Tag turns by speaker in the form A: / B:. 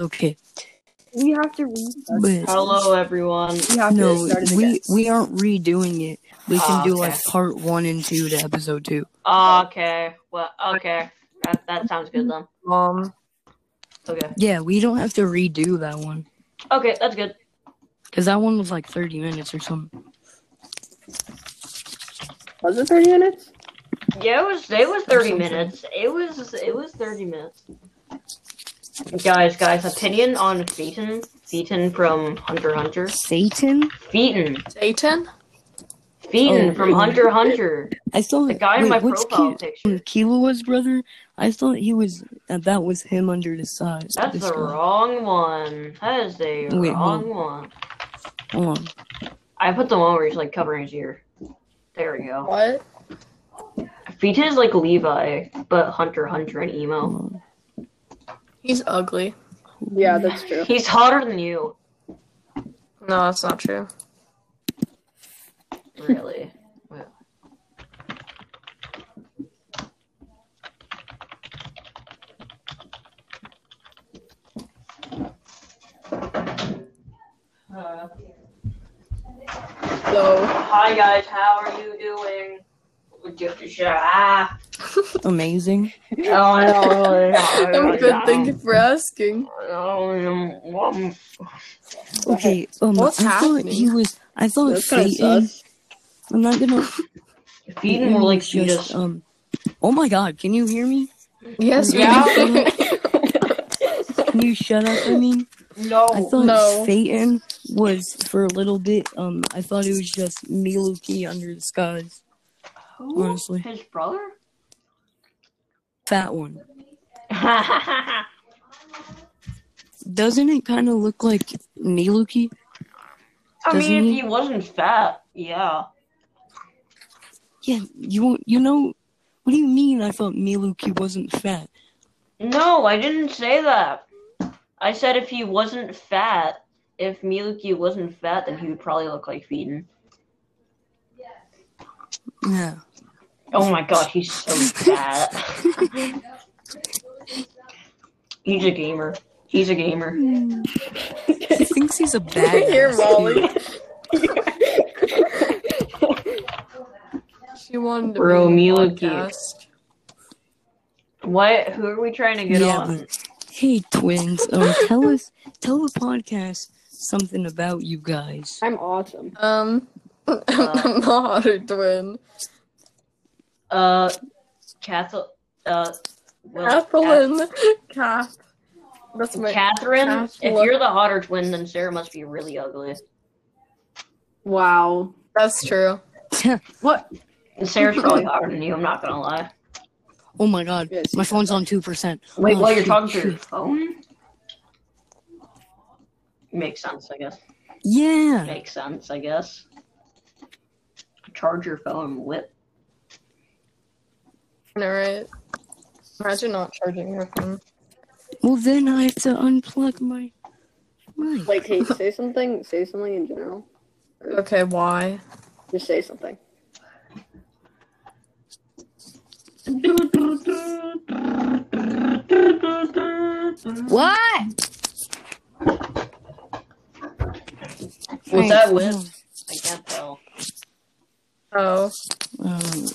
A: Okay.
B: We have to read.
A: But
C: Hello, everyone.
B: We have to
A: no,
B: start it again.
A: we we aren't redoing it. We can
C: Ah,
A: do
C: okay.
A: like part one and two to episode two.
C: Okay. Well, okay. That, that sounds good then.
D: Um,
C: Okay.
A: Yeah, we don't have to redo that one
C: Okay, that's good.
A: because that one was like thirty minutes or something.
B: Was it thirty minutes?
C: Yeah, it was. It was thirty
A: Something.
C: minutes. It was. It was thirty minutes. Guys, guys, opinion on Phaeton. Phaeton from Hunter x Hunter.
A: Satan?
C: Phaeton.
D: Satan?
C: Phaeton
A: Oh.
C: from Hunter x Hunter.
A: I thought
C: The guy in
A: wait,
C: my
A: what's
C: profile
A: Ki-
C: picture.
A: Kilua's brother. I thought he was that, that was him under the side.
C: That's
A: this
C: the
A: guy.
C: wrong one. That is the
A: Wait,
C: wrong
A: hold
C: one.
A: Hold on.
C: I put the one where he's like covering his ear. There we go.
D: What?
C: Phaeton is like Levi, but Hunter x Hunter and emo.
A: hold on.
D: He's ugly.
B: Yeah, that's true.
C: He's hotter than you.
D: No, that's not true.
C: Really? Uh,
B: So
C: hi guys, how are you doing? Would you have to share- Ah.
A: Amazing.
C: Oh, I don't really- I don't
D: Oh,
C: really-
D: good.
C: I
D: Thank you for asking.
C: don't- I don't really- um,
A: Okay. Um,
D: What's
A: I thought
D: happening?
A: he was. I thought
B: that's kind of
A: Oh, Satan.
B: sus.
A: I'm not gonna.
C: Feet more like
A: Satan was
C: fetus.
A: just, um. Oh my God! Can you hear me?
D: Yes, we
C: Yeah.
A: Can you shut up? I mean.
C: No.
A: I thought
D: Oh, No.
A: Satan was for a little bit. Um, I thought it was just Miluki under the skies,
C: Who?
A: honestly.
C: His brother?
A: fat one. Doesn't it kind of look like Miluki?
C: I
A: Doesn't
C: mean,
A: he?
C: if he wasn't fat, yeah.
A: Yeah, you won't- you know. What do you mean? I thought Miluki wasn't fat.
C: No, I didn't say that. I said if he wasn't fat, if Miluki wasn't fat, then he would probably look like Feeden.
A: Yeah.
C: Oh my god, he's so fat. he's a gamer. He's a gamer.
A: He thinks he's a bad.
D: Here, Molly. she wanted to
C: Bro,
D: be
C: me
D: on the
C: look you.
D: podcast.
C: What? Who are we trying to get
A: Yeah,
C: on?
A: Hey, twins. Um, tell us, tell the podcast something about you guys.
B: I'm awesome.
D: Um, I'm not a twin.
C: Uh, Cathal. Uh, well,
D: Catherine. Kath. That's
C: Cath-
D: my.
C: Catherine.
D: Catherine.
C: If you're the hotter twin, then Sarah must be really ugly.
B: Wow.
D: That's true.
B: What?
C: And Sarah's probably hotter than you. I'm not gonna lie.
A: Oh my God,
B: Yes.
A: my phone's on two percent.
C: Wait,
A: Oh,
C: while you're
A: shoot,
C: talking to your
A: shoot.
C: phone? Makes sense, I guess.
A: Yeah.
C: Makes sense, I guess. Charge your phone, whip.
D: Alright. Imagine not charging your phone.
A: Well, then I have to unplug my. mic.
B: Like, hey, say something. Say something in general.
D: Okay, why?
B: Just say something.
A: What?
C: Was that whip? I can't tell.
D: Oh.
A: Um,